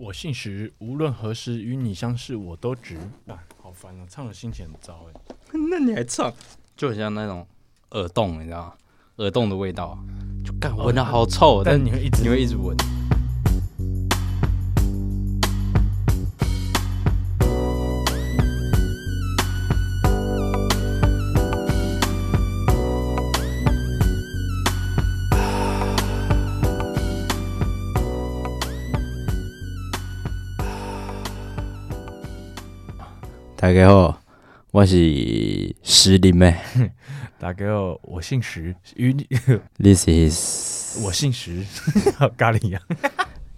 我姓石，无论何时与你相识，我都值。啊，好烦啊！唱的心情很糟哎。 那你还唱，就很像那种耳洞，你知道吗？耳洞的味道，就干闻到好臭，但是但你会一直你会一直闻。大家好，我是石林妹大哥哦，我姓石，与 你， ，This is 我姓石， 咖喱 呀、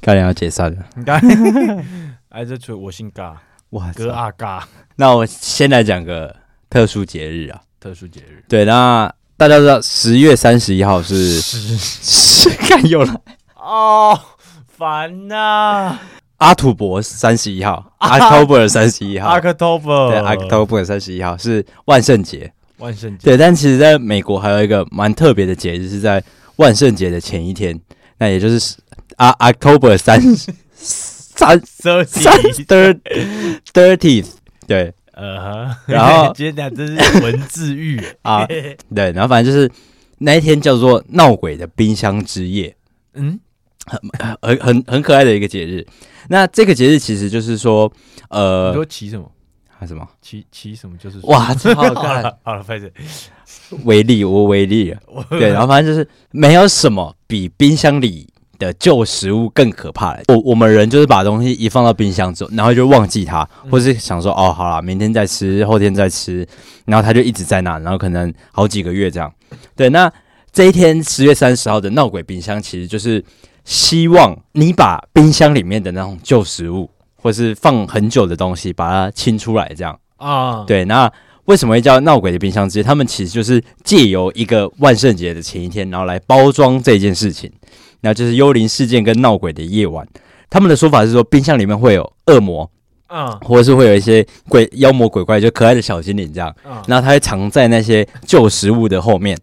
高粱要解散了。啊，咖喱。哎，这除了我姓嘎，哇哥啊嘎，那我先来讲个特殊节日啊，特殊节日。对，那大家知道十月三十一号是石是看有了哦，烦呐、阿土伯三十一号，October 三十一号 o，c t o b e 对 r ，October 三十一号是万圣节。万圣节。对，但其实在美国还有一个蛮特别的节日，是在万圣节的前一天，那也就是啊 October 三三 So 三 thir thirtieth，对呃呵，然 后今天真是文字狱。啊对，然后反正就是那一天叫做闹鬼的冰箱之夜。嗯，很很很可爱的一个节日。那这个节日其实就是说，你呃，说骑什么？啊什么？骑骑什么？就是说哇，这好好哦 看！了好了，拍子，威力，我威力啊了。 对，然后反正就是没有什么比冰箱里的旧食物更可怕了。我我们人就是把东西一放到冰箱之后，然后就忘记它，或是想说哦，好啦，明天再吃，后天再吃，然后它就一直在那，然后可能好几个月这样。对，那这一天十月三十号的闹鬼冰箱，其实就是希望你把冰箱里面的那种旧食物，或是放很久的东西，把它清出来这样。啊，对，那为什么会叫闹鬼的冰箱之夜？他们其实就是借由一个万圣节的前一天，然后来包装这件事情。那就是幽灵事件跟闹鬼的夜晚，他们的说法是说，冰箱里面会有恶魔，嗯或者是会有一些鬼妖魔鬼怪，就可爱的小精灵这样。嗯，然后它会藏在那些旧食物的后面，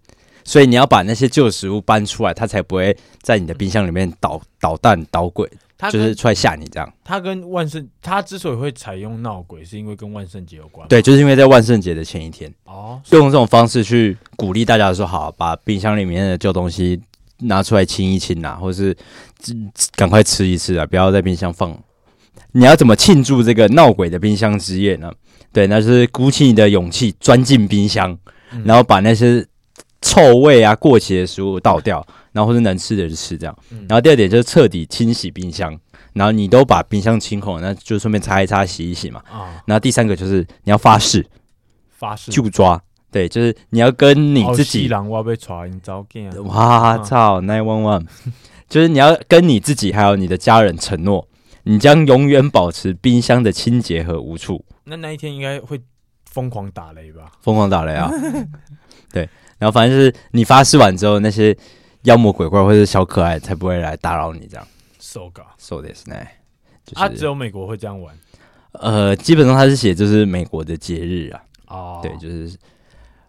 所以你要把那些旧食物搬出来，它才不会在你的冰箱里面捣捣蛋、捣鬼，他就跟是出来吓你这样。他跟万圣，他之所以会采用闹鬼，是因为跟万圣节有关。，对，就是因为在万圣节的前一天。哦，用这种方式去鼓励大家说好，把冰箱里面的旧东西拿出来清一清啊，或是嗯赶快吃一吃啊，不要在冰箱放。你要怎么庆祝这个闹鬼的冰箱之夜呢？对，那就是鼓起你的勇气，钻进冰箱，嗯然后把那些臭味啊、过期的食物倒掉，然后或是能吃的就吃，这样嗯。然后第二点就是彻底清洗冰箱，然后你都把冰箱清空了，那就顺便擦一擦、洗一洗嘛。啊，然后第三个就是你要发誓，发誓哦就抓。对，就是你要跟你自己，狼挖被抓，你早见啊。哇操，nine one one，就是你要跟你自己还有你的家人承诺，你将永远保持冰箱的清洁和无处。那那一天应该会疯狂打雷吧？疯狂打雷 啊！对，然后反正就是你发誓完之后，那些妖魔鬼怪或者小可爱才不会来打扰你这样。手稿 So this 呢，就是、啊，只有美国会这样玩呃，基本上他是写就是美国的节日啊，哦。对，就是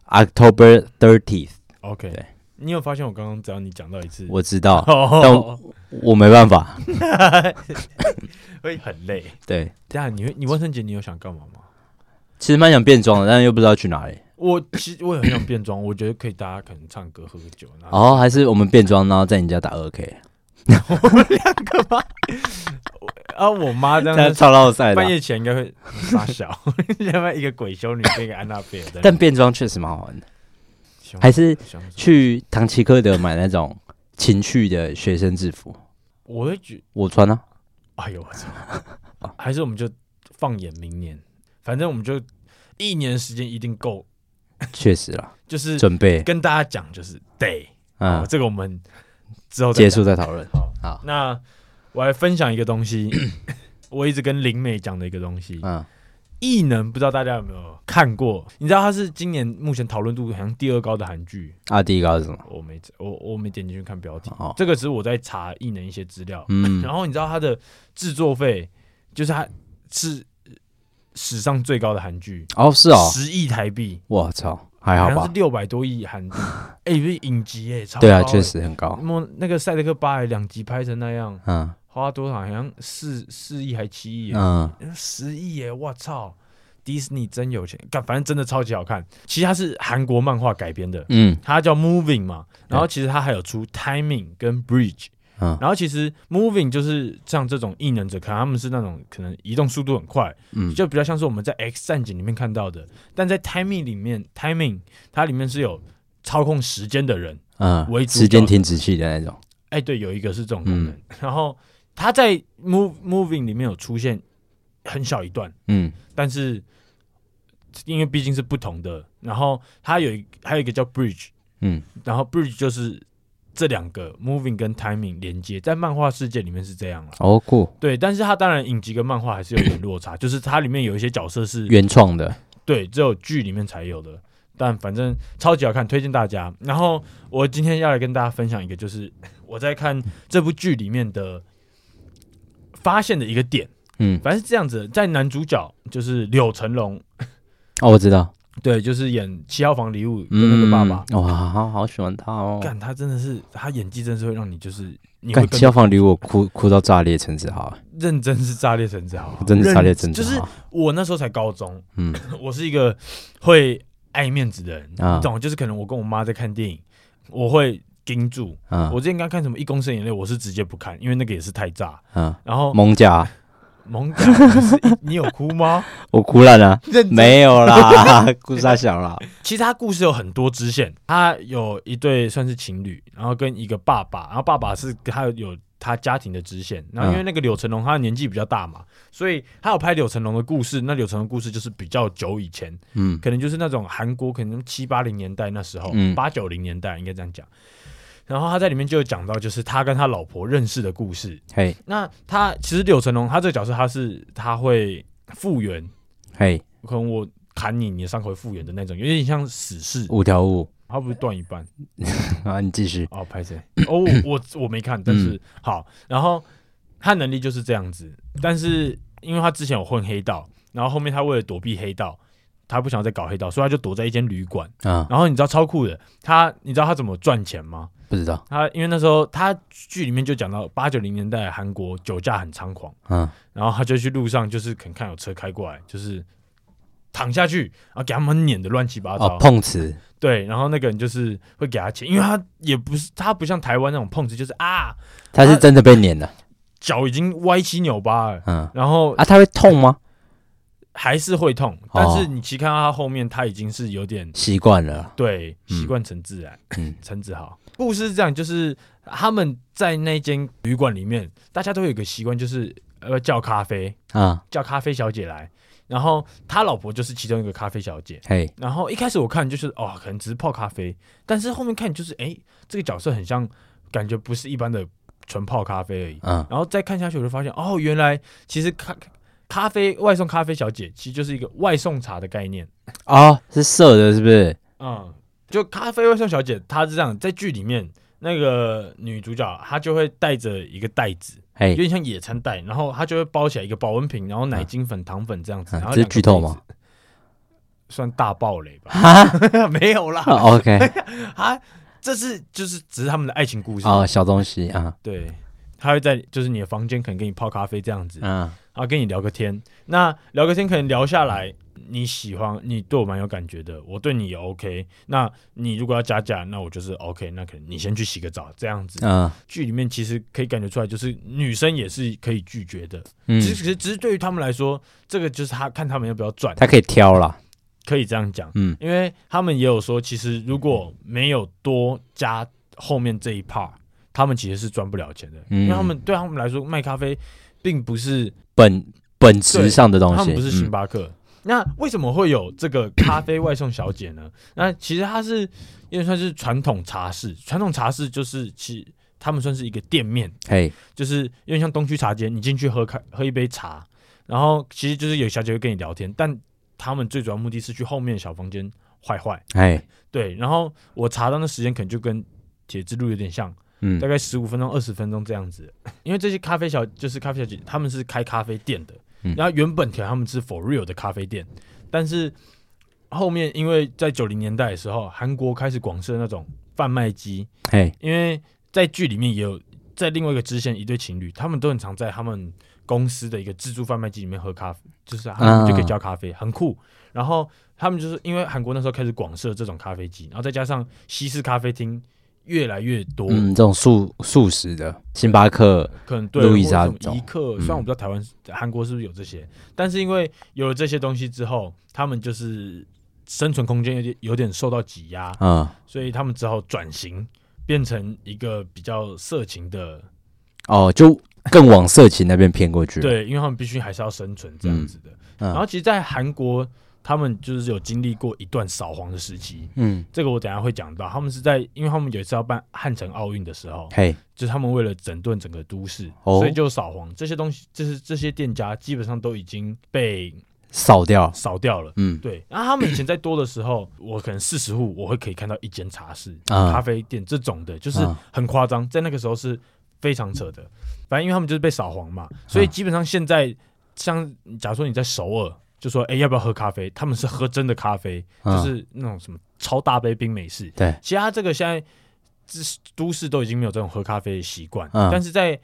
October thirtieth。 OK。对你有发现我刚刚只要你讲到一次，我知道， 哦，我没办法。会很累。对，这样你会，你万圣节你有想干嘛吗？其实蛮想变装的，但又不知道去哪里。我其实我也很想变装，我觉得可以，大家可能唱歌、喝个酒，然后哦，还是我们变装，然后在你家打二 K，啊，我妈这这样样超闹赛的半啊。夜前应该会傻小，他妈一个鬼修女跟一个安娜贝尔在那边，但变装确实蛮好玩的，还是想不出去唐吉诃德买那种情趣的学生制服，我会觉，我穿啊。哎呦我操，还是我们就放眼明年，反正我们就一年时间一定够，确实啦，就是哦准备跟大家讲就是得，嗯，这个我们之后再结讲束再讨论。好，好那我来分享一个东 西，我一直跟林美讲的一个东西，嗯，异能不知道大家有没有看过？你知道它是今年目前讨论度好像第二高的韩剧，啊，第一个是什么？我没我我没点进去看标题，哦，这个只是我在查异能一些资料。嗯然后你知道它的制作费，就是它是史上最高的韩剧，哦，是哦，十亿台币，我操，还好好像吧是？六百多亿 韩币，哎，不是影集哎，超对啊，高哎确。实很高。莫那个赛德克巴莱两集拍成那样，嗯，花多少？好像四四亿还七亿耶，嗯，十亿耶！我操，迪士尼真有钱，干反正真的超级好看。其实它是韩国漫画改编的，嗯它叫 Moving 嘛，然后其实它还有出 Timing 跟 Bridge，嗯然后其实 Moving 就是像这种异能者，可能他们是那种可能移动速度很快，嗯就比较像是我们在 X 战警里面看到的，但在 Timing 里面，Timing 它里面是有操控时间的人，嗯，为主时间角停止器的那种，哎，对，有一个是这种功嗯能，然后它在 Move Moving 里面有出现很小一段，嗯但是因为毕竟是不同的，然后它有一还有一个叫 Bridge，嗯然后 bridge 就是这两个 moving 跟 timing 连接，在漫画世界里面是这样了。哦酷，对，但是它当然影集跟漫画还是有点落差，就是它里面有一些角色是原创的，对只有剧里面才有的，但反正超级好看，推荐大家。然后我今天要来跟大家分享一个，就是 我在看这部剧里面的发现的一个点，嗯反正是这样子，在男主角就是柳成龙，哦我知道，对，就是演《七号房礼物》的嗯那个爸爸，哇好好喜欢他哦，干他真的是，他演技真是会让你就是你会干跟消防离我哭哭到炸裂，陈子豪，认真是炸裂成这样，真的炸裂，认陈子哦就是豪，我那时候才高中，嗯 我是一个会爱面子的人，啊你懂？就是可能我跟我妈在看电影，我会盯住。嗯我之前刚看什么《一公升眼泪》，我是直接不看，因为那个也是太炸。嗯，然后蒙甲，萌感是， 你有哭吗？我哭 烂了，认真啊没有啦， 哭啥小啦，其实他故事有很多支线，他有一对算是情侣，然后跟一个爸爸，然后爸爸是他有他家庭的支线，然后因为那个柳成龙他的年纪比较大嘛，所以他有拍柳成龙的故事，那柳成龙故事就是比较久以前，嗯可能就是那种韩国可能七八零年代那时候嗯，八九零年代应该这样讲。然后他在里面就有讲到，就是他跟他老婆认识的故事。嘿那他其实柳成龙他这个角色他是他会复原，嘿，可能我砍你，你的伤口会复原的那种，有点像死侍。五条悟他不是断一半啊，你继续，哦，拍谁？哦，我我我没看，但是、好，然后他能力就是这样子，但是因为他之前有混黑道，然后后面他为了躲避黑道，他不想再搞黑道，所以他就躲在一间旅馆。嗯，然后你知道超酷的，他你知道他怎么赚钱吗？不知道，他因为那时候他剧里面就讲到八九零年代的韩国酒驾很猖狂，嗯然后他就去路上就是可能看有车开过来，就是躺下去，然后给他们碾的乱七八糟。哦碰瓷，对，然后那个人就是会给他钱，因为他也不是他不像台湾那种碰瓷，就是啊他是真的被碾了，脚已经歪七扭八了，嗯然后啊，他哦会痛吗？还是会痛，但是你其实看到他后面，他已经是有点习惯了，对习嗯惯成自然。嗯陈子豪故事是这样，就是他们在那间旅馆里面，大家都有一个习惯，就是呃叫咖啡，啊，叫咖啡小姐来，然后他老婆就是其中一个咖啡小姐。嘿，然后一开始我看就是哦，可能只是泡咖啡，但是后面看就是哎，这个角色很像，感觉不是一般的纯泡咖啡而已。嗯然后再看下去，我就发现哦，原来其实咖咖啡外送咖啡小姐其实就是一个外送茶的概念。哦，是色的，是不是？嗯，就咖啡外送小姐，她是这样，在剧里面那个女主角她就会带着一个袋子，有 嘿，点像野餐袋，然后她就会包起来一个保温瓶，然后奶精粉、糖粉这样子。嗯然后这是两个剧透杯子吗？算大爆雷 吧？ 哈没有啦，啊，OK，啊，这是就是只是他们的爱情故事哦，小东西啊，对，他会在就是你的房间可能跟你泡咖啡这样子，然嗯后跟你聊个天。那聊个天可能聊下来，你喜欢，你对我蛮有感觉的，我对你也 OK。那你如果要加价，那我就是 OK。那可能你先去洗个澡这样子。嗯剧里面其实可以感觉出来，就是女生也是可以拒绝的，嗯只，是只是只是对于他们来说，这个就是他看他们要不要赚，他可以挑啦，可以这样讲。嗯因为他们也有说，其实如果没有多加后面这一 part，他们其实是赚不了钱的，嗯因为他们对他们来说卖咖啡并不是，本本质上的东他西，们不是星嗯巴克。那为什么会有这个咖啡外送小姐呢？那其实它是因为算是传统茶室，传统茶室就是其他们算是一个店面，嘿，就是有点像东区茶街，你进去喝咖喝一杯茶，然后其实就是有小姐会跟你聊天，但他们最主要目的是去后面的小房间坏坏。嘿，对，然后我查到那时间可能就跟铁之路有点像，嗯大，概十五分钟、二十分钟这样子。因为这些咖啡小就是咖啡小姐，他们是开咖啡店的，嗯然后原本可能他们是 for real 的咖啡店，但是后面因为在九零年代的时候，韩国开始广设那种贩卖机，嘿，因为在剧里面也有在另外一个支线一对情侣，他们都很常在他们公司的一个自助贩卖机里面喝咖啡，就是他们就嗯可以叫咖啡，很酷。然后他们就是因为韩国那时候开始广设这种咖啡机，然后再加上西式咖啡厅越来越多，嗯，这种素素食的，星巴克，可能对路或易者莎嗯什么这种一克，虽然我不知道台湾、韩国是不是有这些，但是因为有了这些东西之后，他们就是生存空间有点有点受到挤压，嗯，所以他们只好转型，变成一个比较色情的，哦，就更往色情那边偏过去。，对，因为他们必须还是要生存这样子的。嗯然后其实，在韩国，他们就是有经历过一段扫黄的时期，嗯，这个我等一下会讲到。他们是在，因为他们有一次要办汉城奥运的时候，嘿，就是他们为了整顿整个都市，哦所以就扫黄这些东西，就是这些店家基本上都已经被扫掉，扫掉了。嗯，对，然后他们以前在多的时候， 我可能四十户，我会可以看到一间茶室、啊咖啡店这种的，就是啊很夸张，在那个时候是非常扯的。反正因为他们就是被扫黄嘛，所以啊基本上现在像假如说你在首尔，就说哎、要不要喝咖啡，他们是喝真的咖啡，就嗯是那种什么超大杯冰美式。对其他这个现在这都市都已经没有这种喝咖啡的习惯，嗯但是在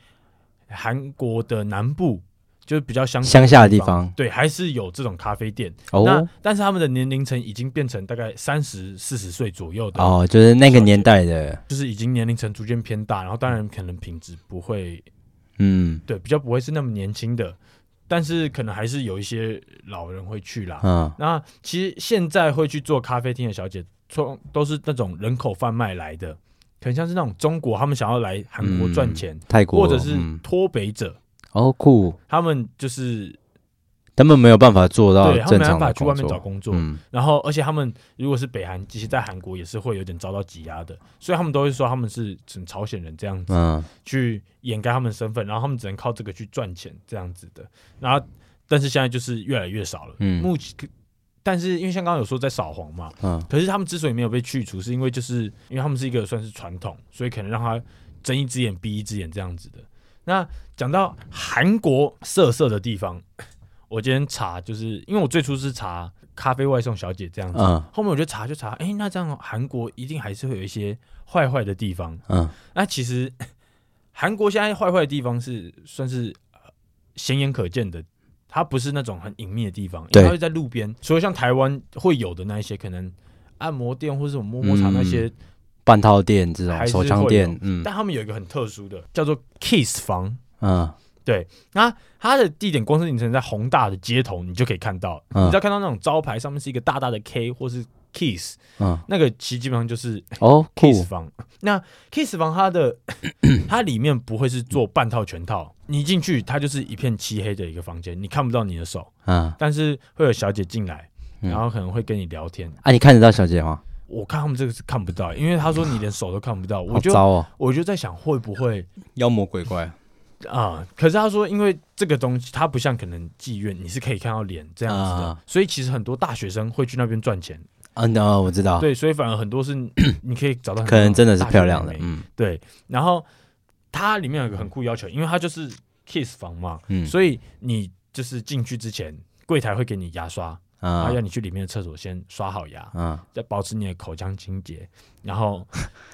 韩国的南部。就是比较乡乡下的地地方，方，对，还是有这种咖啡店，那嗯哦但是他们的年龄层已经变成大概三十四十岁左右的，哦，就是那小个姐年代的，就是已经年龄层逐渐偏大，然后当然可能品质不会嗯对比较不会是那么年轻的，但是可能还是有一些老人会去啦。嗯那其实现在会去做咖啡厅的小姐，从都是那种人口贩卖来的，可能像是那种中国他们想要来韩国赚钱，泰嗯国或者是嗯脱北者，哦酷，他们就是他们没有办法做到对他们哦正没办常法的去工外面找作，工作，嗯然后，而且他们如果是北韩，其实在韩国也是会有点遭到挤压的，所以他们都会说他们是整朝鲜人这样子、嗯去掩盖他们的身份，然后他们只能靠这个去赚钱这样子的。然后，但是现在就是越来越少了。嗯目前，但是因为像刚刚有说在扫黄嘛，嗯可是他们之所以没有被去除，是因为就是因为他们是一个算是传统，所以可能让他睁一只眼闭一只眼这样子的。那讲到韩国色色的地方， 我今天查就是因为我最初是查咖啡外送小姐这样子，嗯后面我就查就查，哎、那这样韩国一定还是会有一些坏坏的地方。嗯，那其实 韩国现在坏坏的地方是算是呃显眼可见的，它不是那种很隐秘的地方，因对为它会在路边。除了像台湾会有的那一些，可能按摩店或是什么摸摸茶那些，半套店这种还是手枪会店，嗯但他们有一个很特殊的，叫做 Kiss 房。嗯那它的地点光是你只能在宏大的街头，你就可以看到，嗯你只要看到那种招牌上面是一个大大的 K 或是 Kiss，嗯，那个其实基本上就是哦 Kiss 酷，房。那 Kiss 房它的它里面不会是做半套全套，你进去它就是一片漆黑的一个房间，你看不到你的手，嗯但是会有小姐进来，嗯然后可能会跟你聊天。啊，你看得到小姐吗？我看他们这个是看不到，因为他说你连手都看不到，我好就糟哦，我就在想会不会妖魔鬼怪，啊、可是他说，因为这个东西它不像可能妓院，你是可以看到脸这样子的，啊所以其实很多大学生会去那边赚钱，嗯那我知道，对，所以反而很多是你可以找到很多可能真的是大学漂亮的妹，妹嗯对，然后它里面有一个很酷要求，因为它就是 kiss 房嘛，嗯，所以你就是进去之前，柜台会给你牙刷，然啊后要你去里面的厕所先刷好牙，嗯再保持你的口腔清洁，然 后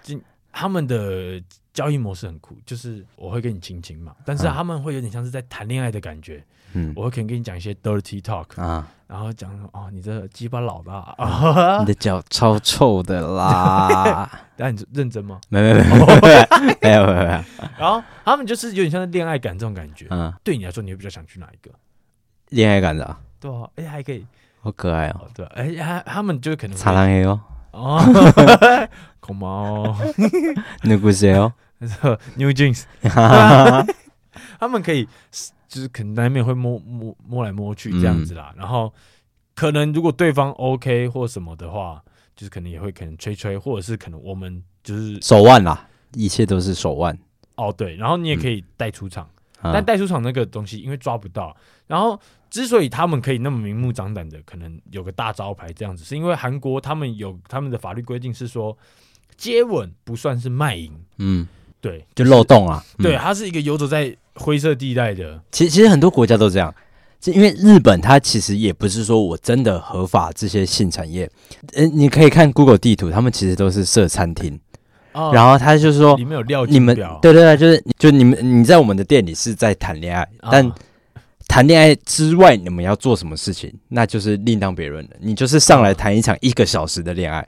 进他们的交易模式很酷，就是我会跟你亲亲嘛，但是啊他们会有点像是在谈恋爱的感觉，嗯我会可能跟你讲一些 dirty talk，啊。然后讲说哦你这鸡巴老大啊 你，的脚超臭的啦！但你认真吗？没没没没没没有没有没有，然后他们就是有点像是恋爱感这种感觉，嗯，对你来说你会比较想去哪一个？恋爱感的啊，对啊，哎、还可以，好可爱哦，哦、对啊，哎、他他们就可能会擦浪黑哦，哦， 恐毛那故事哦， New Jeans，对啊他们可以就是可能难免会摸摸摸来摸去这样子啦，然后可能如果对方 OK 或什么的话，就是可能也会可能吹吹，或者是可能我们就是手腕啦，一切都是手腕。哦对，然后你也可以带出场，嗯但带出场那个东西因为抓不到，然后之所以他们可以那么明目张胆的，可能有个大招牌这样子，是因为韩国他们有他们的法律规定是说，接吻不算是卖淫，嗯，对，就漏洞啊。嗯对，，它是一个游走在灰色地带的，其实其实很多国家都这样，就因为日本它其实也不是说我真的呃合法这些性产业，嗯，你可以看 Google 地图，他们其实都是设餐厅，哦然后他就说里面有料你金们表，对对对，就是就你们你在我们的店里是在谈恋爱，啊但谈恋爱之外你们要做什么事情，那就是另当别论了。你就是上来谈一场一个小时的恋爱，嗯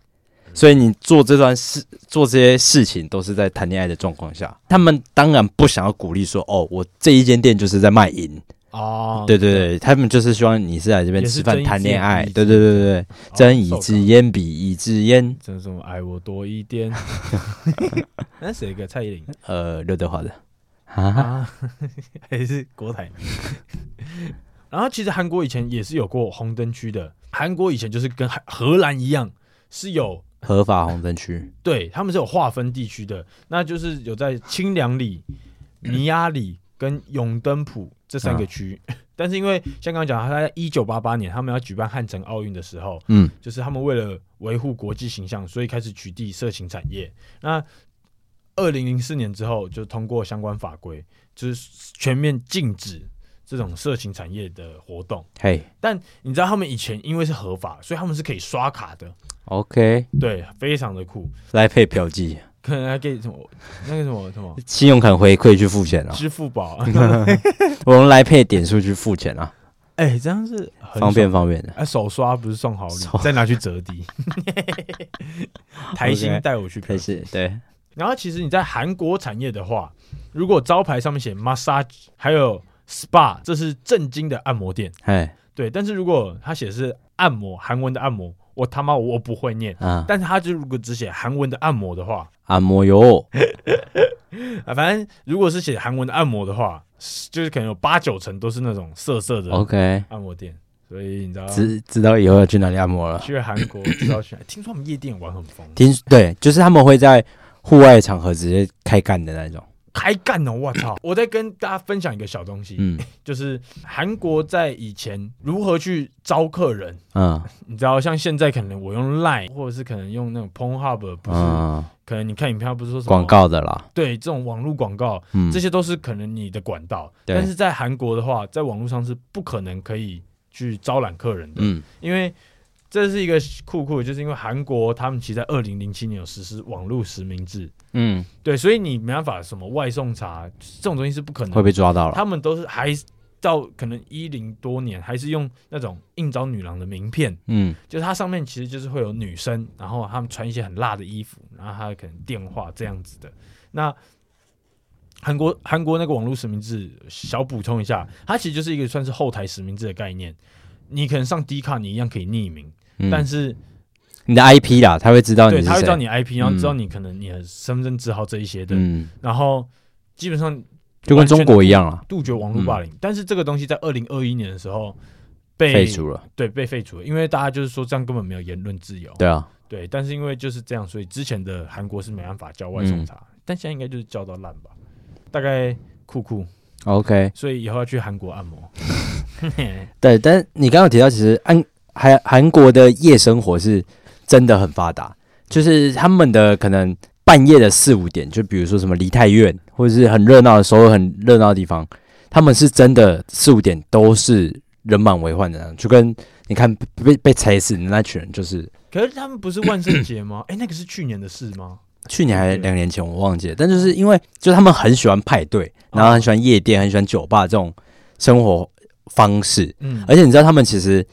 所以你做这段事做这些事情都是在谈恋爱的状况下。他们当然不想要鼓励说哦，我这一间店就是在卖淫，哦，对对对，他们就是希望你是来这边也是吃饭睁一谈只恋眼爱，闭一对只对对对对，哦睁一受只够眼闭一只眼，真什么爱我多一 点， 那谁个蔡依林呃，刘德华的啊，啊， 还是国台。 然后其实韩国以前也是有过红灯区的，韩国以前就是跟荷荷兰一样是有合法红灯区。对，他们是有划分地区的，那就是有在清凉里、尼亚里跟永登浦这三个区。 但是因为像刚刚讲，他在一九八八年他们要举办汉城奥运的时候，嗯，就是他们为了维护国际形象，所以开始取缔色情产业。那二零零四年之后就通过相关法规，就是全面禁止这种色情产业的活动。嘿但你知道他们以前因为是合法，所以他们是可以刷卡的， ，OK，对，非常的酷。来配嫖妓，可能还可以什么那个什么什 么信用卡回馈去付钱啊，支付宝， 我用来配点数去付钱啊，哎、这样是很方便爽。方便的。哎、手刷不是送好礼手，再拿去折 抵。台新带我去可是对，然后其实你在韩国产业的话，如果招牌上面写 massage，还有 spa，这是正经的按摩店，哎对。但是如果他写的是按摩，韩文的按摩，我他妈我不会念。啊，但是他就如果只写韩文的按摩的话，按摩油，啊，反正如果是写韩文的按摩的话，就是可能有八九成都是那种色色的 OK，按摩店，所以你知道知知道以后要去哪里按摩了。去韩国知道去哪，听说他们夜店玩很疯，听对，就是他们会在户外场合直接开干的那种。开干哦！我操！我再跟大家分享一个小东西，嗯就是韩国在以前如何去招客人，嗯你知道，像现在可能我用 Line 或者是可能用那种 Pornhub，不是，嗯，可能你看影片它不是说什么广，告的啦，对，这种网络广告，嗯，这些都是可能你的管道。对但是在韩国的话，在网络上是不可能可以去招揽客人的，嗯因为这是一个酷酷的，就是因为韩国他们其实在二零零七年有实施网络实名制，嗯对，所以你没办法什么外送茶这种东西是不可能会被抓到了。他们都是还是到可能一零多年，还是用那种应招女郎的名片，嗯就是它上面其实就是会有女生，然后她们穿一些很辣的衣服，然后她可能电话这样子的。那韩国韩国那个网络实名制，小补充一下，它其实就是一个算是后台实名制的概念。你可能上 D 卡，你一样可以匿名，嗯，但是你的 IP 啦，他会知道你对是他会知道谁。你 IP，然后知道嗯你可能你的身份证字号这一些的，嗯，然后基本上就跟中国一样啊啦，杜绝网络霸凌，但是这个东西在二零二一年的时候被废除了。对，被废除了，因为大家就是说这样根本没有言论自由。对啊，对但是因为就是这样，所以之前的韩国是没办法叫嗯外送茶，但现在应该就是叫到烂吧，大概酷酷， OK，所以以后要去韩国按摩。 对，但是你刚刚有提到，其实韩韩韩国的夜生活是真的很发达，就是他们的可能半夜的四五点，就比如说什么梨泰院，或者是很热闹的时候，很热闹的地方，他们是真的四五点都是人满为患的那种，就跟你看被被踩死的那群人，就是可是他们不是万圣节吗？哎、那个是去年的事吗？去嗯年还两年前我忘记了，但就是因为就是他们很喜欢派对，哦然后很喜欢夜店，很喜欢酒吧这种生活方式，嗯，而且你知道他们其实，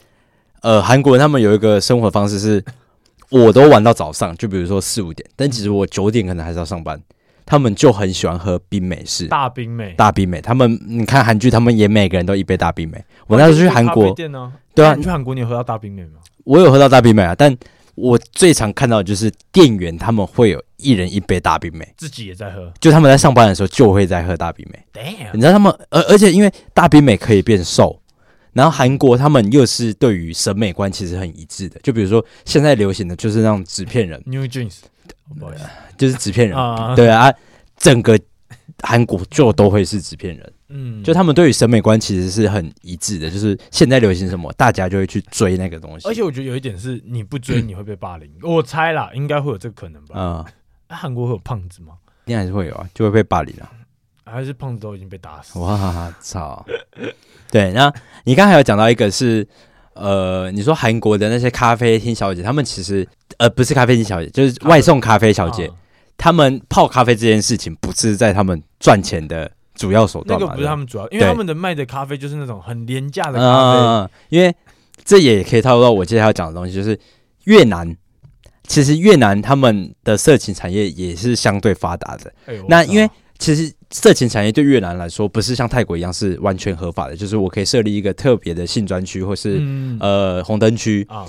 呃，韩国人他们有一个生活方式是， 我都玩到早上，就比如说四五点，但其实我九点可能还是要上班。他们就很喜欢喝冰美式、大冰妹，大冰美。他们你看韩剧，他们也每个人都一杯大冰美。我那时候去韩哦咖啡国，店呢、对啊那你去韩国你有喝到大冰妹吗？我有喝到大冰美啊，但我最常看到的就是店员他们会有一人一杯大冰美，自己也在喝就他们在上班的时候就会在喝大冰美。你，damn，知道他们，而而且因为大冰美可以变瘦，然后韩国他们又是对于审美观其实很一致的。就比如说现在流行的就是那种纸片人， New Jeans，不哦好意思就是纸片人，啊，对啊，整个韩国就都会是纸片人。嗯，就他们对于审美观其实是很一致的，就是现在流行什么，大家就会去追那个东西。而且我觉得有一点是，你不追你会被霸 凌，我猜啦，应该会有这个可能吧？嗯，啊韩、国会有胖子吗？一定还是会有啊，就会被霸凌啊。还是胖子都已经被打死？哇操！对，那你刚才有讲到一个是，呃，你说韩国的那些咖啡厅小姐，她们其实呃不是咖啡厅小姐，就是外送咖啡小姐，啊他们泡咖啡这件事情不是在他们赚钱的主要手那段个嘛？不是他们主要，因为对他们的卖的咖啡就是那种很廉价的咖嗯嗯，嗯因为这也可以套入到我接下来要讲的东西，就是越南。其实越南他们的色情产业也是相对发达的。啡。哎呦那我操因为其实色情产业对越南来说，不是像泰国一样是完全合法的，就是我可以设立一个特别的性专区或是、嗯呃红灯区。啊，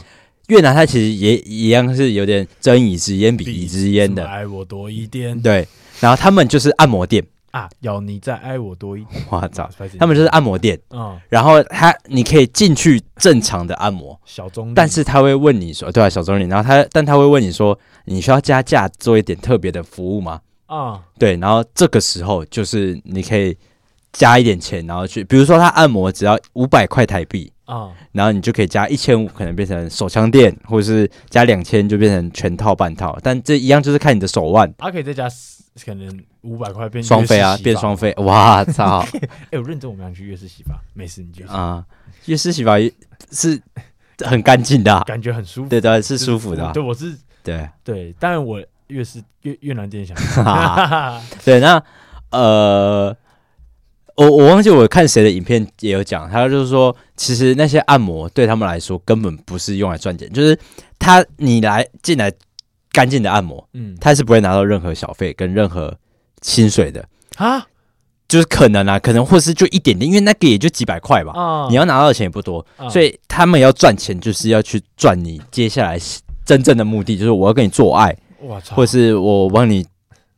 越南它其实也一样是有点睁一只眼闭一只眼什么的，爱我多一点对。然后他们就是按摩店，啊，要你再爱我多一点。我操，不好意思他们就是按摩店。嗯然后他你可以进去正常的按摩，小棕榈，但是他会问你说，对啊，小钟林，然后他但他会问你说，你需要加价做一点特别的服务吗？啊对，然后这个时候就是你可以加一点钱，然后去，比如说他按摩只要五百块台币，啊然后你就可以加一千五，可能变成手枪店，或者是加两千就变成全套半套，但这一样就是看你的手腕。还可以再加十可能五百块变双飞啊约，式洗发变双飞，哇 操哎，我认真，我们想去月式洗发，没事，你就啊！浴室洗发是很干净的啊、感觉很舒服，对对，是就是舒服的啊、对，我是对。对，但我越是越越南店想，对，那呃，我我忘记我看谁的影片也有讲，他就是说，其实那些按摩对他们来说根本不是用来赚钱，就是他你来进来干净的按摩， 嗯他是不会拿到任何小费跟任何薪水的，啊就是可能啊，可能或是就一点点，因为那个也就几百块吧，啊，你要拿到的钱也不多，啊所以他们要赚钱就是要去赚你接下来真正的目的，就是我要跟你做爱，我操，或是我帮你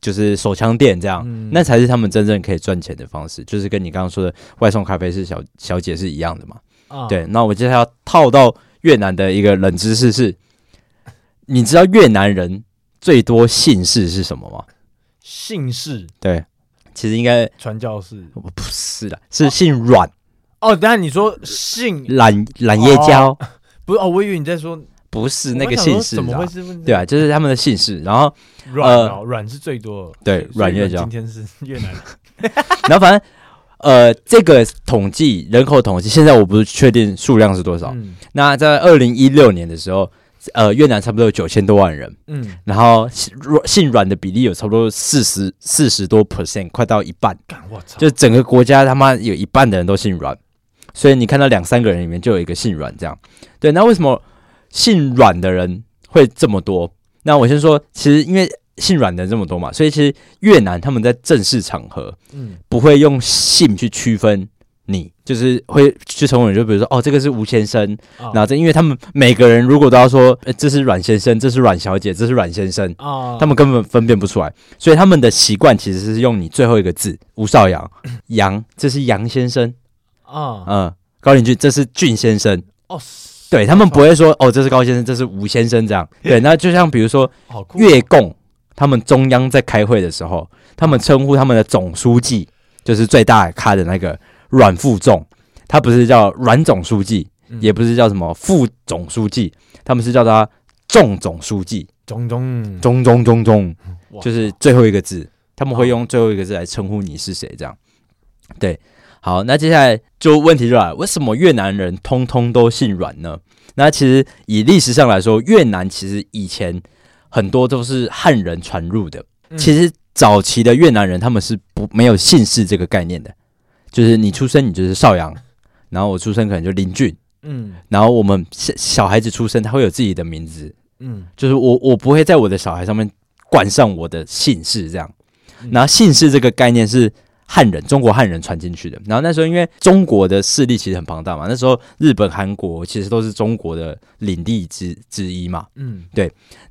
就是手枪店这样，嗯那才是他们真正可以赚钱的方式，就是跟你刚刚说的外送咖啡是小小姐是一样的嘛。啊对，那我接下来要套到越南的一个冷知识是，你知道越南人最多姓氏是什么吗？姓氏对，其实应该传教士不是的，是姓阮，哦，等一下你说姓懒懒夜交，不是哦，我以为你在说不是那我个想姓说氏怎么会啊。是问对啊，就是他们的姓氏，然后，软哦，软是最多的，对所以软越讲今天是越南人然后反正，呃，这个统计人口统计，现在我不是确定数量是多少，嗯那在二零一六年的时候，呃，越南差不多有九千多万人，嗯，然后姓阮姓阮的比例有差不多四十四十多 percent，快到一半，干我操，就整个国家他妈有一半的人都姓阮，所以你看到两三个人里面就有一个姓阮这样。对，那为什么姓阮的人会这么多？那我先说，其实因为姓阮的人这么多嘛，所以其实越南他们在正式场合嗯不会用姓去区分你，就是会去称呼你，就比如说哦，这个是吴先生，啊然后这因为他们每个人如果都要说，呃这是阮先生，这是阮小姐，这是阮先生，啊，他们根本分辨不出来，所以他们的习惯其实是用你最后一个字吴少阳， 杨，这是杨先生，啊嗯，高林俊，这是俊先生，哦，对，对他们不会说哦，这是高先生，这是吴先生这样， 对，那就像比如说好酷哦，越共，他们中央在开会的时候，他们称呼他们的总书记就是最大咖的那个阮富仲，他不是叫阮总书记，嗯也不是叫什么副总书记，他们是叫他仲总书记，种种中中中中，哇就是最后一个字，他们会用最后一个字来称呼你是谁，这样。对，好，那接下来就问题就来了，为什么越南人通通都姓阮呢？那其实以历史上来说，越南其实以前很多都是汉人传入的。嗯其实早期的越南人他们是不没有姓氏这个概念的，就是你出生你就是邵阳，然后我出生可能就林俊，嗯然后我们小小孩子出生他会有自己的名字，嗯就是我我不会在我的小孩上面冠上我的姓氏这样嗯。然后姓氏这个概念是汉人，中国汉人传进去的。然后那时候因为中国的势力其实很庞大嘛，那时候日本、韩国其实都是中国的领地之之一嘛。嗯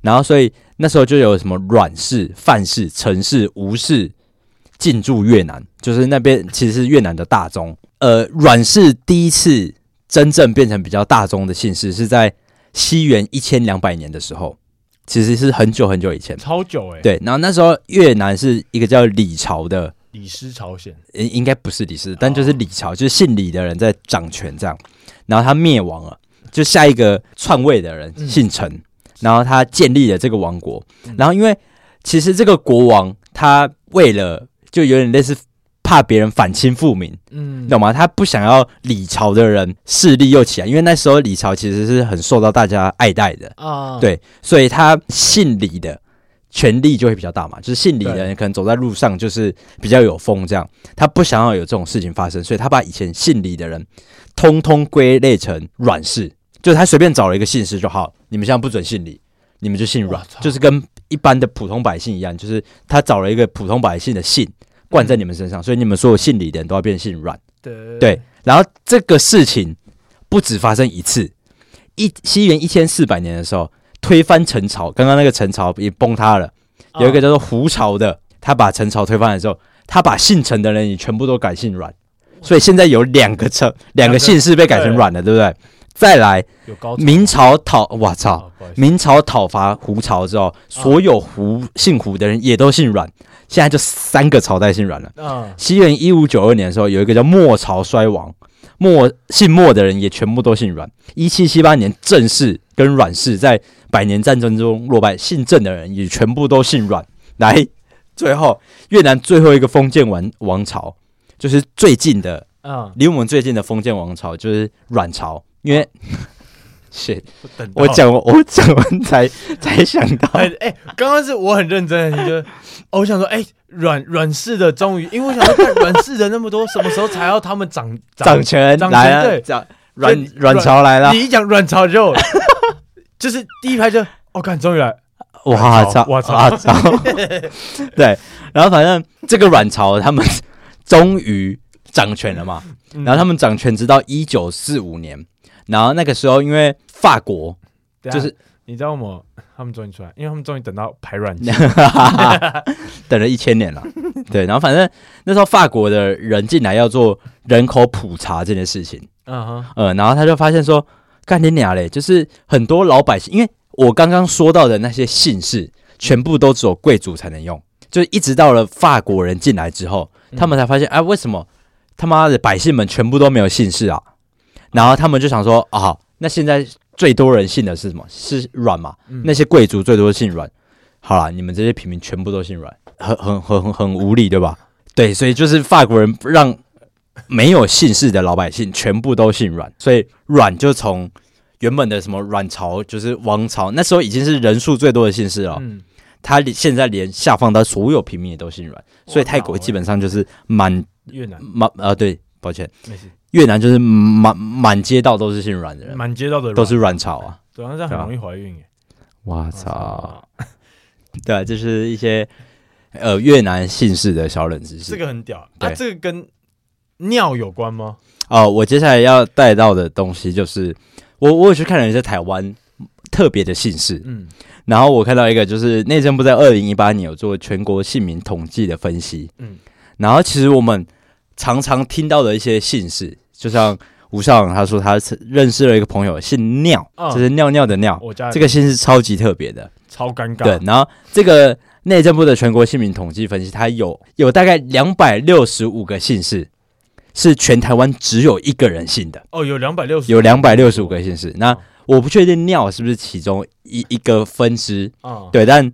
然后所以那时候就有什么阮氏、范氏、陈氏、吴氏进驻越南，就是那边其实是越南的大宗。呃，阮氏第一次真正变成比较大宗的姓氏是在西元一千两百年的时候，其实是很久很久以前。超久哎，，对，然后那时候越南是一个叫李朝的，李斯朝鲜，应应该不是李氏，但哦就是李朝，就是姓李的人在掌权这样。然后他灭亡了，就下一个篡位的人嗯姓陈，然后他建立了这个王国嗯。然后因为其实这个国王他为了就有点类似怕别人反清复明，嗯你懂吗？他不想要李朝的人势力又起来，因为那时候李朝其实是很受到大家爱戴的，啊，对，所以他姓李的权力就会比较大嘛，就是姓李的人可能走在路上就是比较有风这样，他不想要有这种事情发生，所以他把以前姓李的人通通归类成阮氏，就是他随便找了一个姓氏就好，你们现在不准姓李，你们就姓阮哇操，就是跟一般的普通百姓一样，就是他找了一个普通百姓的姓冠在你们身上，所以你们所有姓李的人都要变姓阮。对对，然后这个事情不止发生一次，一西元一千四百年的时候，推翻陈朝，刚刚那个陈朝也崩塌了，有一个啊叫做胡朝的，他把陈朝推翻的时候，他把姓陈的人也全部都改姓阮，所以现在有两个陈，两个姓氏被改成阮了，对不哦对？再来，啊有高潮明朝讨，我操！啊不好意思明朝讨伐胡朝之后，所有胡姓胡的人也都姓阮，现在就三个朝代姓阮了。嗯西元一五九二年的时候，有一个叫莫朝衰亡，莫姓莫的人也全部都姓阮。一七七八年，郑氏跟阮氏在百年战争中落败，姓郑的人也全部都姓阮。来，最后越南最后一个封建王王朝，就是最近的，嗯，离我们最近的封建王朝就是阮朝，因为。shit，我等到我讲完我讲完才才想到，哎哎，刚刚是我很认真的，你就哦我想说，哎，阮阮氏的终于，因为我想说看阮氏的那么多，什么时候才要他们长 掌？权掌权来啊对掌所以阮你阮阮朝来啊了，你一讲阮朝 就就是第一拍就，我看终于来，哇操哎操！我操哇操！ 对，然后反正这个阮朝他们终于掌权了嘛，嗯然后他们掌权直到一九四五年，然后那个时候因为法国等就下是 你知道吗？他们终于出来，因为他们终于等到排卵期等了一千年了，对，然后反正那时候法国的人进来要做人口普查这件事情，嗯哼，呃，然后他就发现说，干你娘嘞，就是很多老百姓，因为我刚刚说到的那些姓氏，全部都只有贵族才能用，就是一直到了法国人进来之后，嗯他们才发现，哎、为什么他妈的百姓们全部都没有姓氏啊？然后他们就想说，啊、好那现在最多人姓的是什么？是阮嘛？嗯那些贵族最多姓阮。好啦，你们这些平民全部都姓阮，很很很很很无理，对吧？对，所以就是法国人让没有姓氏的老百姓全部都姓阮，所以阮就从原本的什么阮朝，就是王朝，那时候已经是人数最多的姓氏了。嗯，他连现在连下放到所有平民也都姓阮，所以泰国基本上就是满越南满啊，对，抱歉，没事，越南就是满满街道都是姓阮的人，满街道的啊都是阮朝啊。主要是很容易怀孕耶。哇操！啊，对啊，就是一些呃越南姓氏的小冷知识。这个很屌啊！对这个跟尿有关吗？哦，我接下来要带到的东西就是，我我有去看了一些台湾特别的姓氏，嗯然后我看到一个就是内政部在二零一八年有做全国姓名统计的分析，嗯然后其实我们常常听到的一些姓氏，就像吴少朗他说他是认识了一个朋友姓尿，嗯就是尿尿的尿，我家这个姓是超级特别的，超尴尬。对，然后这个内政部的全国姓名统计分析，它有有大概两百六十五个姓氏，是全台湾只有一个人姓的，哦，有两百六十，有两百六十五个姓氏。那我不确定尿是不是其中一一个分支，啊，对，但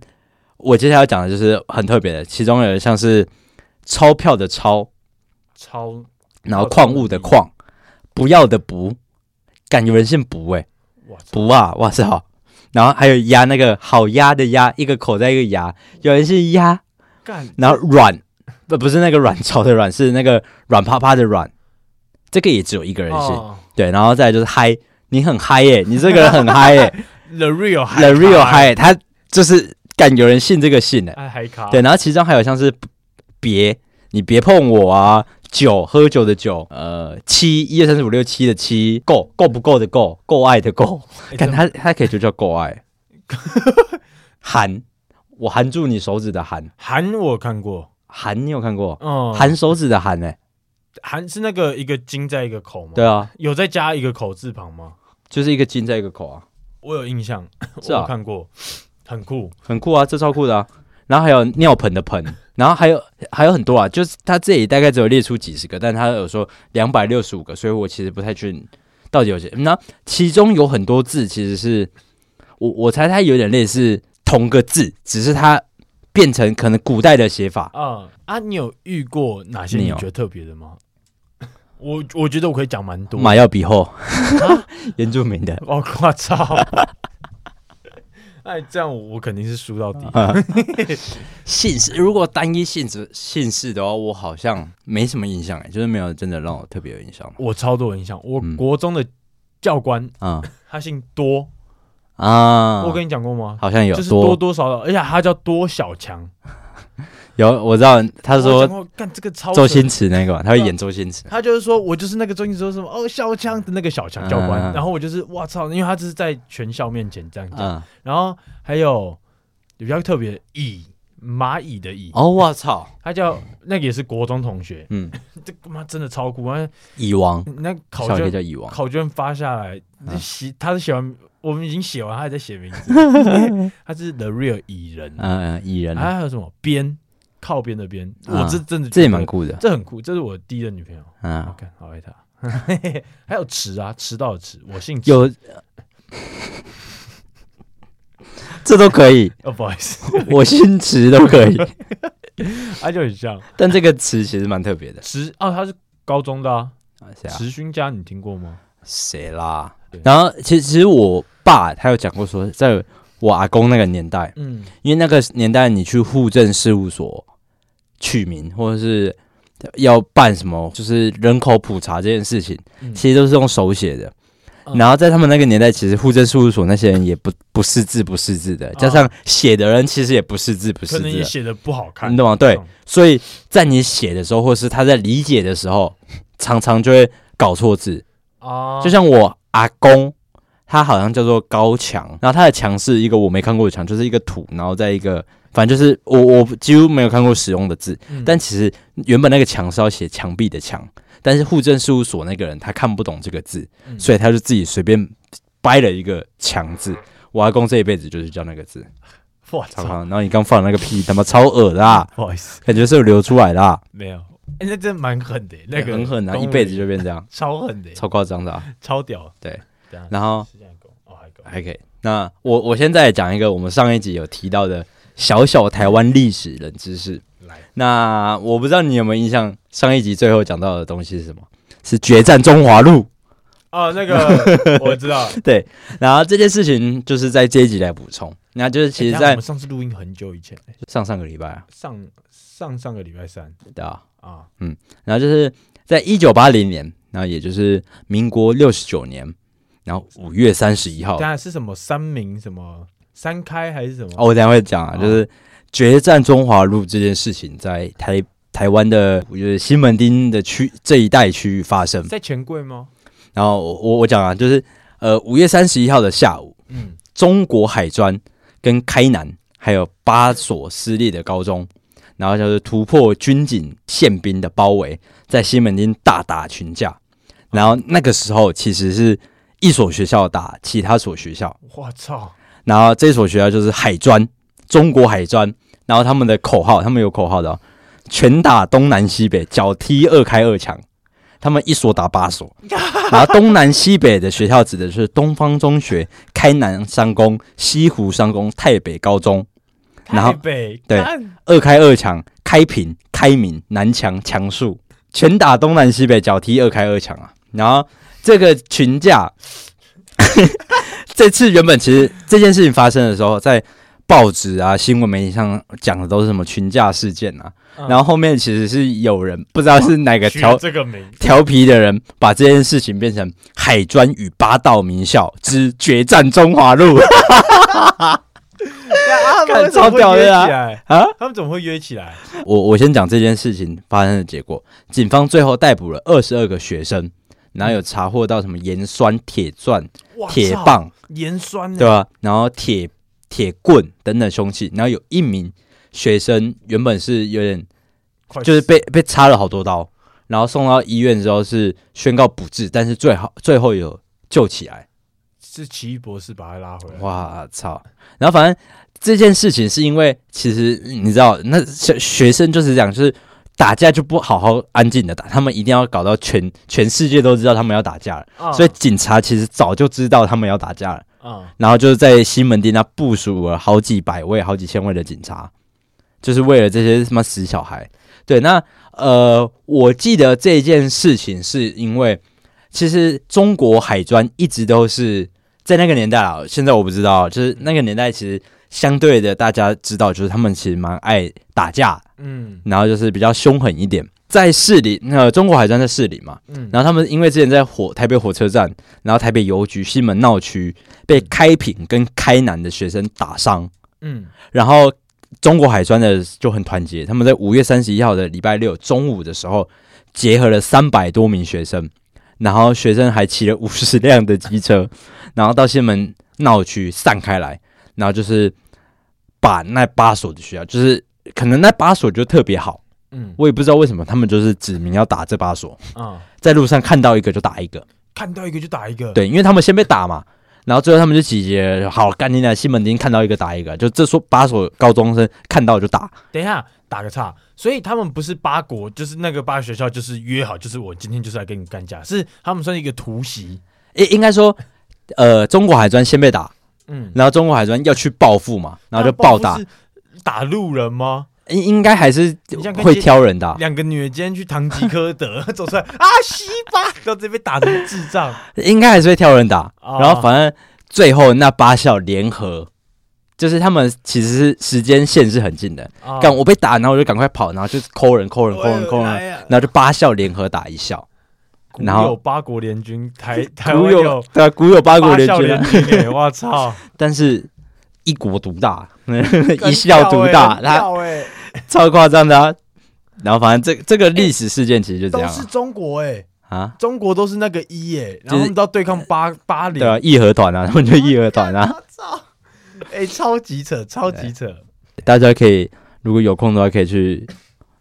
我接下来要讲的就是很特别的，其中有像是钞票的钞，超然后矿物的矿，不要的不，感有人姓不哎、哇操不啊，哇操！然后还有鸭那个好鸭的鸭，一个口在一个牙，有人姓鸭，干，然后软， 不不是那个卵巢的卵，是那个软趴趴的软，这个也只有一个人姓。哦对，然后再来就是嗨，你很嗨耶、你这个人很 嗨耶、 The Real t h e real 嗨嗨，他就是敢有人信这个信的、嗨嗨卡，对，然后其中还有像是别你别碰我啊，酒喝酒的酒，呃，七一二三四五六七的七，够够不够的够，够爱的够，哎，看真他他可以就叫够 爱，含我含住你手指的含韩我看过，含，你有看过？嗯，含手指的含呢、欸韩是那个一个金在一个口吗？对，啊，有再加一个口字旁吗？就是一个金在一个口啊，我有印象，我是啊有看过，很酷。很酷啊，这超酷的啊。然后还有尿盆的盆，然后还有还有很多啊，就是他这里大概只有列出几十个，但他有说两百六十五个，所以我其实不太确定到底有些。那其中有很多字其实是我我猜它有点类似同个字，只是它变成可能古代的写法。啊啊！你有遇过哪些你你有觉得特别的吗？我我觉得我可以讲蛮多。马药比后，原住民的，我靠！操！哎，这样我我肯定是输到底。姓氏如果单一姓氏姓氏的话，我好像没什么印象哎，就是没有真的让我特别有印象。我超多印象，我嗯国中的教官啊他姓多，啊，我跟你讲过吗？好像有就是多多多少少，而且他叫多小强。有，我知道他我说讲过干这个超周神星驰那个嘛，他会演周星驰。他就是说我就是那个周星驰说什么哦小强的那个小强教官，嗯嗯嗯然后我就是哇操，因为他就是在全校面前这样讲，嗯，然后还有比较特别的蚁蚂蚁的蚁，哦，我操，他叫那个也是国中同学，嗯，这他妈真的超酷，完蚁王，那考小学卷叫蚁王，考卷发下来嗯写他是写完我们已经写完，他还在写名字，他是 The Real 蚁人，啊嗯嗯，蚁人，还有什么边靠边的边，嗯我这真的这也觉得蛮酷的，这很酷，这是我第一任女朋友。嗯， OK，好爱他。 还有迟啊，迟到的迟，我姓迟。有， 这都可以，哦，不好意思， 我姓池都可以，他就很像但这个池其实蛮特别的。迟哦，他是高中的啊，啊谁啊？迟勋家你听过吗？谁啦对？然后其实其实我爸他有讲过说，在我阿公那个年代，嗯，因为那个年代你去户政事务所取名或者是要办什么，就是人口普查这件事情，嗯其实都是用手写的。嗯然后在他们那个年代，其实户政事务所那些人也不不识字，不识字的，加上写的人其实也不识字，不识啊可字能也的，写的不好看你。懂吗？对，嗯所以在你写的时候，或是他在理解的时候，常常就会搞错字。啊，就像我阿公，他好像叫做高墙，然后他的墙是一个我没看过的墙，就是一个土，然后在一个反正就是我我几乎没有看过使用的字，嗯但其实原本那个墙是要写墙壁的墙，但是户政事务所那个人他看不懂这个字，嗯所以他就自己随便掰了一个墙字。我阿公这一辈子就是叫那个字，我操，超康。然后你刚放的那个屁，他妈超恶的、啊，不好意思，感觉是有流出来的、啊，没有。哎，那真的蛮狠的，那个很狠啊，公务一员辈子就变这样，超狠的，超夸张的、啊。超屌。对等一下，然后时间还够哦，还够。还可以。那我我现在讲一个我们上一集有提到的小小台湾历史冷知识。来，那我不知道你有没有印象，上一集最后讲到的东西是什么？是决战中华路。哦，那个 我知道了。对，然后这件事情就是在这一集来补充。那就是其实哎等一下我在们上次录音很久以前，哎上上个礼拜啊，上上上个礼拜三对啊，啊，然后就是在一九八零年，然后也就是民国六十九年，然后五月三十一号当。然是什么三明什么三开还是什么？哦，我等一下会讲啊，就是决战中华路这件事情在台台湾的，就是西门町的区这一带区域发生。在钱柜吗？然后我我我讲啊，就是呃五月三十一号的下午，嗯，中国海专跟开南还有八所私立的高中，然后就是突破军警宪兵的包围，在西门町大打群架。然后那个时候其实是一所学校打其他所学校，我操，然后这所学校就是海专，中国海专。然后他们的口号，他们有口号的、哦，拳打东南西北，脚踢二开二强。他们一所打八所，然后东南西北的学校指的是东方中学、开南商工、西湖商工、太北高中。然后台北对干二开二强，开平、开明、南强、强树，拳打东南西北，脚踢二开二强啊。然后这个群架， 这次原本其实这件事情发生的时候，在报纸啊、新闻媒体上讲的都是什么群架事件啊，嗯哦然后后面其实是有人不知道是哪个取调这个 名，调皮的人把这件事情变成海专与八道名校之决战中华路干干超屌的啊！啊！他们怎么会约起来？我我先讲这件事情发生的结果，警方最后逮捕了二十二个学生，然后有查获到什么盐酸、铁钻、嗯哇操嗯铁、棒，盐酸欸对啊呢？吧？然后铁铁棍等等凶器，然后有一名学生原本是有点快就是被被插了好多刀，然后送到医院之后是宣告不治，但是最好最后有救起来。是奇异博士把他拉回来。哇操！然后反正这件事情是因为，其实你知道，那学学生就是这样，就是打架就不好好安静的打，他们一定要搞到全全世界都知道他们要打架了。啊所以警察其实早就知道他们要打架了，啊，然后就是在西门町那部署了好几百位、好几千位的警察，就是为了这些他妈死小孩。对，那呃，我记得这件事情是因为，其实中国海专一直都是在那个年代啊，现在我不知道，就是那个年代其实相对的大家知道，就是他们其实蛮爱打架，嗯然后就是比较凶狠一点。在市里，那、中国海战在市里嘛，嗯，然后他们因为之前在火台北火车站，然后台北邮局西门闹区被开平跟开南的学生打伤，嗯然后中国海专的就很团结，他们在五月三十一号的礼拜六中午的时候，结合了三百多名学生，然后学生还骑了五十 辆的机车，然后到西门闹区散开来，然后就是把那八所的学校，就是可能那八所就特别好，嗯我也不知道为什么他们就是指明要打这八所，啊，在路上看到一个就打一个。看到一个就打一个，，对，因为他们先被打嘛，然后最后他们就集结，好干你俩西门町看到一个打一个，就这说把所高中生看到就打，等一下打个岔，所以他们不是八国，就是那个八个学校，就是约好，就是我今天就是来跟你干架，是他们算是一个突袭，应应该说，呃，中国海专先被打，嗯，然后中国海专要去报复嘛，然后就那啊报暴复打，是打路人吗？应应该还是你像跟会街挑人的啊、两个女的今天去堂吉诃德走出来啊，西巴，然后直接被打成智障。应该还是会挑人打、哦然后反正最后那八校联合。就是他们其实是时间线是很近的，啊干、我被打，然后我就赶快跑，然后就是抠人抠人抠人抠人，哎呀然后就八校联合打一校，古然后有八国联军， 台台古湾有有对啊，古有八国八联校军啊联，军、欸，我操，但是一国独 大， 一校独大，他、他很屌欸超夸张的啊、然后反正这这个历史事件其实就这都样是中国哎、啊，啊中国都是那个一哎、然后就是他们都要对抗八八零对，啊，义和团啊，他们就 义和团啊，我操，哎、超级扯，超级扯，大家可以如果有空的话，可以去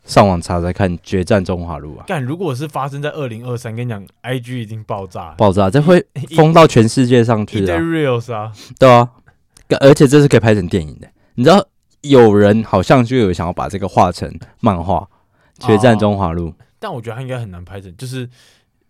上网查查看《决战中华路》啊，干，如果是发生在二零二三，跟你讲，IG 一定爆炸，爆炸，啊这会 一疯到全世界上一去堆的啊、 reels 啊，对啊，而且这是可以拍成电影的，你知道有人好像就有想要把这个画成漫画，《决哦战中华路》但我觉得他应该很难拍成，就是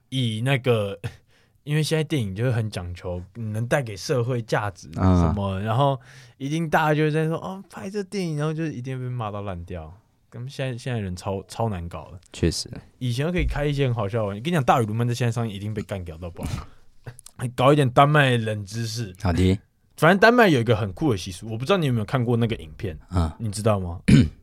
以那个， 因为现在电影就是很讲求能带给社会价值嗯啊什么，然后一定大家就会在说哦，拍这电影，然后就是一定被骂到烂掉。他们现在现在人超超难搞的，确实。以前可以开一些很好笑的玩笑，跟你讲，大雨卢曼在现在上映一定被干掉到爆。 搞一点丹麦冷知识，好的，反正丹麦有一个很酷的习俗，我不知道你有没有看过那个影片，嗯，你知道吗？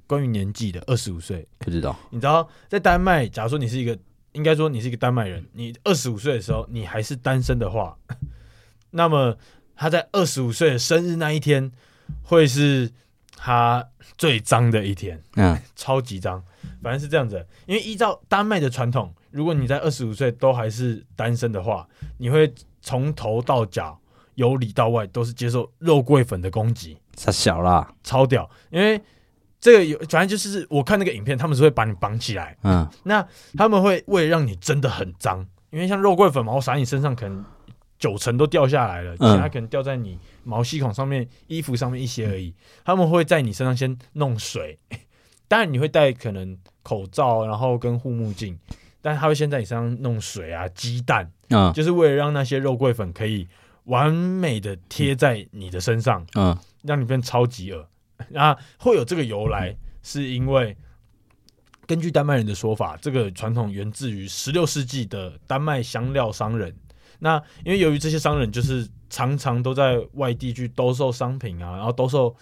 关于年纪的，二十五岁，不知道，你知道，在丹麦，假如说你是一个，应该说你是一个丹麦人，你二十五岁的时候你还是单身的话， 那么他在二十五岁的生日那一天，会是他最脏的一天，嗯，超级脏。反正是这样子的，因为依照丹麦的传统，如果你在二十五岁都还是单身的话，你会从头到脚，由里到外都是接受肉桂粉的攻击。傻小啦，超屌，因为这个有，反正就是我看那个影片，他们是会把你绑起来，嗯，那他们会为了让你真的很脏，因为像肉桂粉毛撒你身上，可能九成都掉下来了，嗯其他可能掉在你毛细孔上面、衣服上面一些而已。他们会在你身上先弄水， 当然你会戴可能口罩，然后跟护目镜，但是他会先在你身上弄水啊、鸡蛋，嗯就是为了让那些肉桂粉可以完美的贴在你的身上。嗯让你变超级恶。 那会有这个由来，是因为根据丹麦人的说法，这个传统源自于十六世纪的丹麦香料商人。那因为由于这些商人就是常常都在外地去兜售商品啊，然后兜售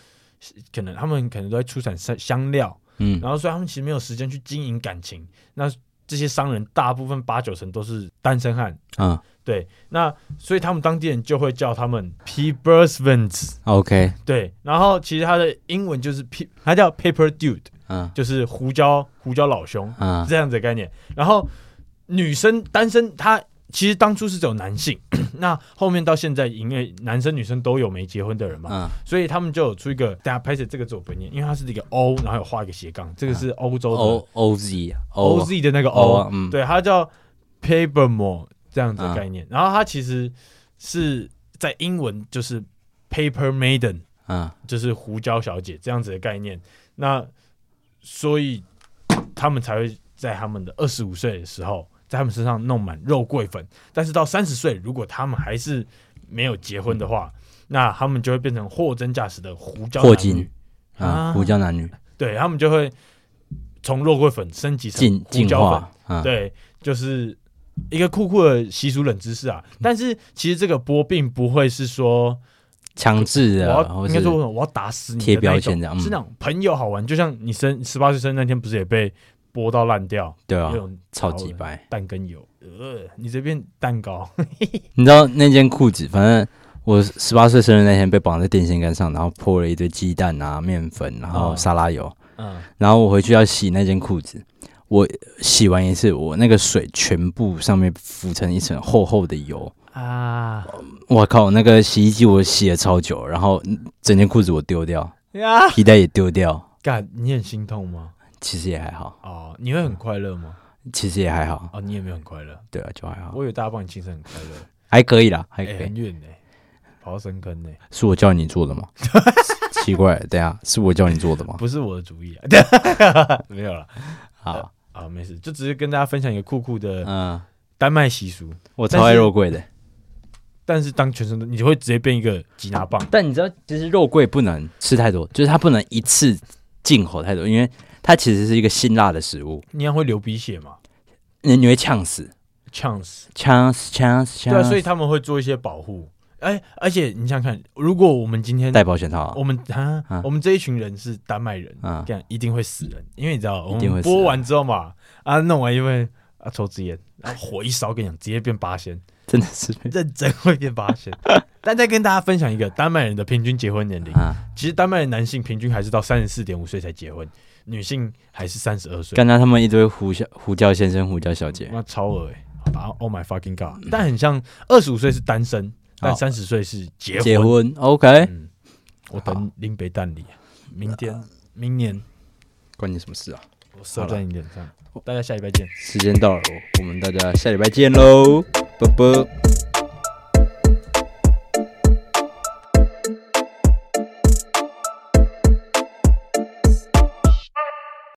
可能他们可能都在出产香香料，嗯，然后所以他们其实没有时间去经营感情。那这些商人大部分八九成都是单身汉，嗯对，那所以他们当地人就会叫他们 p e b e r s v e n t s ，OK，对，然后其实它的英文就是 p，它叫 paper dude，嗯就是胡椒胡椒老兄嗯这样子的概念。然后女生单身，她其实当初是只有男性， 那后面到现在，因为男生女生都有没结婚的人嘛，嗯所以他们就有出一个，大家拍写这个字我不会念，因为它是一个 O，然后有画一个斜杠，这个是欧洲的，O O Z 啊 O Z 的那个 O，啊 O，嗯，对，它叫 papermore 这样子的嗯概念。然后它其实是在英文就是 paper maiden。嗯就是胡椒小姐这样子的概念。那所以他们才会在他们的二十五岁的时候，在他们身上弄满肉桂粉。但是到三十岁，如果他们还是没有结婚的话，那他们就会变成货真价实的胡椒霍男金女。啊，啊胡椒男女对他们就会从肉桂粉升级成进胡进椒粉。化，嗯，对，就是一个酷酷的习俗冷知识啊。但是其实这个播并不会是说强制我的，要或应该是说我要打死你的贴标那一种签这样嗯是那种朋友好玩，就像你生十八岁生日那天不是也被播到烂掉，对啊那，种超潮级的白。蛋跟油，呃，你这边蛋糕你知道那件裤子，反正我十八岁生日那天被绑在电线杆上，然后泼了一堆鸡蛋啊、面粉，然后嗯沙拉油， 嗯，然后我回去要洗那件裤子，我洗完一次，我那个水全部上面浮成一层厚厚的油。啊我靠，那个洗衣机我洗了超久，然后嗯整件裤子我丢掉，呀，皮带也丢掉，干，你很心痛吗？其实也还好，哦，你会很快乐吗？其实也还好，哦，你也没有很快乐，对啊，就还好，我以为大家帮你庆生很快 乐，还可以啦，还可哎，以很。远呢，跑到深坑呢，欸是我叫你做的吗？ 奇怪，等一下是我叫你做的吗？不是我的主 意啊，没有了好，啊，没事，就只是跟大家分享一个酷酷的嗯，丹麦习俗，我超爱肉桂的，但是当全身都，你就会直接变一个吉拿棒，但你知道，其实肉桂不能吃太多，就是它不能一次进口太多，因为它其实是一个辛辣的食物，你样会流鼻血嘛你你会呛死， ，chance，呛死，呛死，呛对啊，死所以他们会做一些保护，哎，而且你想想看，如果我们今天戴保险套啊，我们啊啊，我们这一群人是丹麦人，啊，干一定会死人，因为你知道，我一定们会死播完之后嘛，啊，弄完因为啊抽支烟，然后火一烧，跟你讲，直接变八仙， 真的是认真会变八 仙。但再跟大家分享一个丹麦人的平均结婚年龄，啊，其实丹麦的男性平均还是到三十四点五岁才结婚，女性还是三十二岁， 刚刚他们一堆胡椒胡椒先生、胡椒小姐，那超恶欸好吧，Oh my fucking god！但 很像二十五岁是单身，但好三十岁是结结婚。婚，OK，嗯，我等林北蛋里，明天，明年。关你什么事啊？呃我射在你脸上。大家下礼拜见。时间到了，我我们大家下礼拜见喽，啵啵。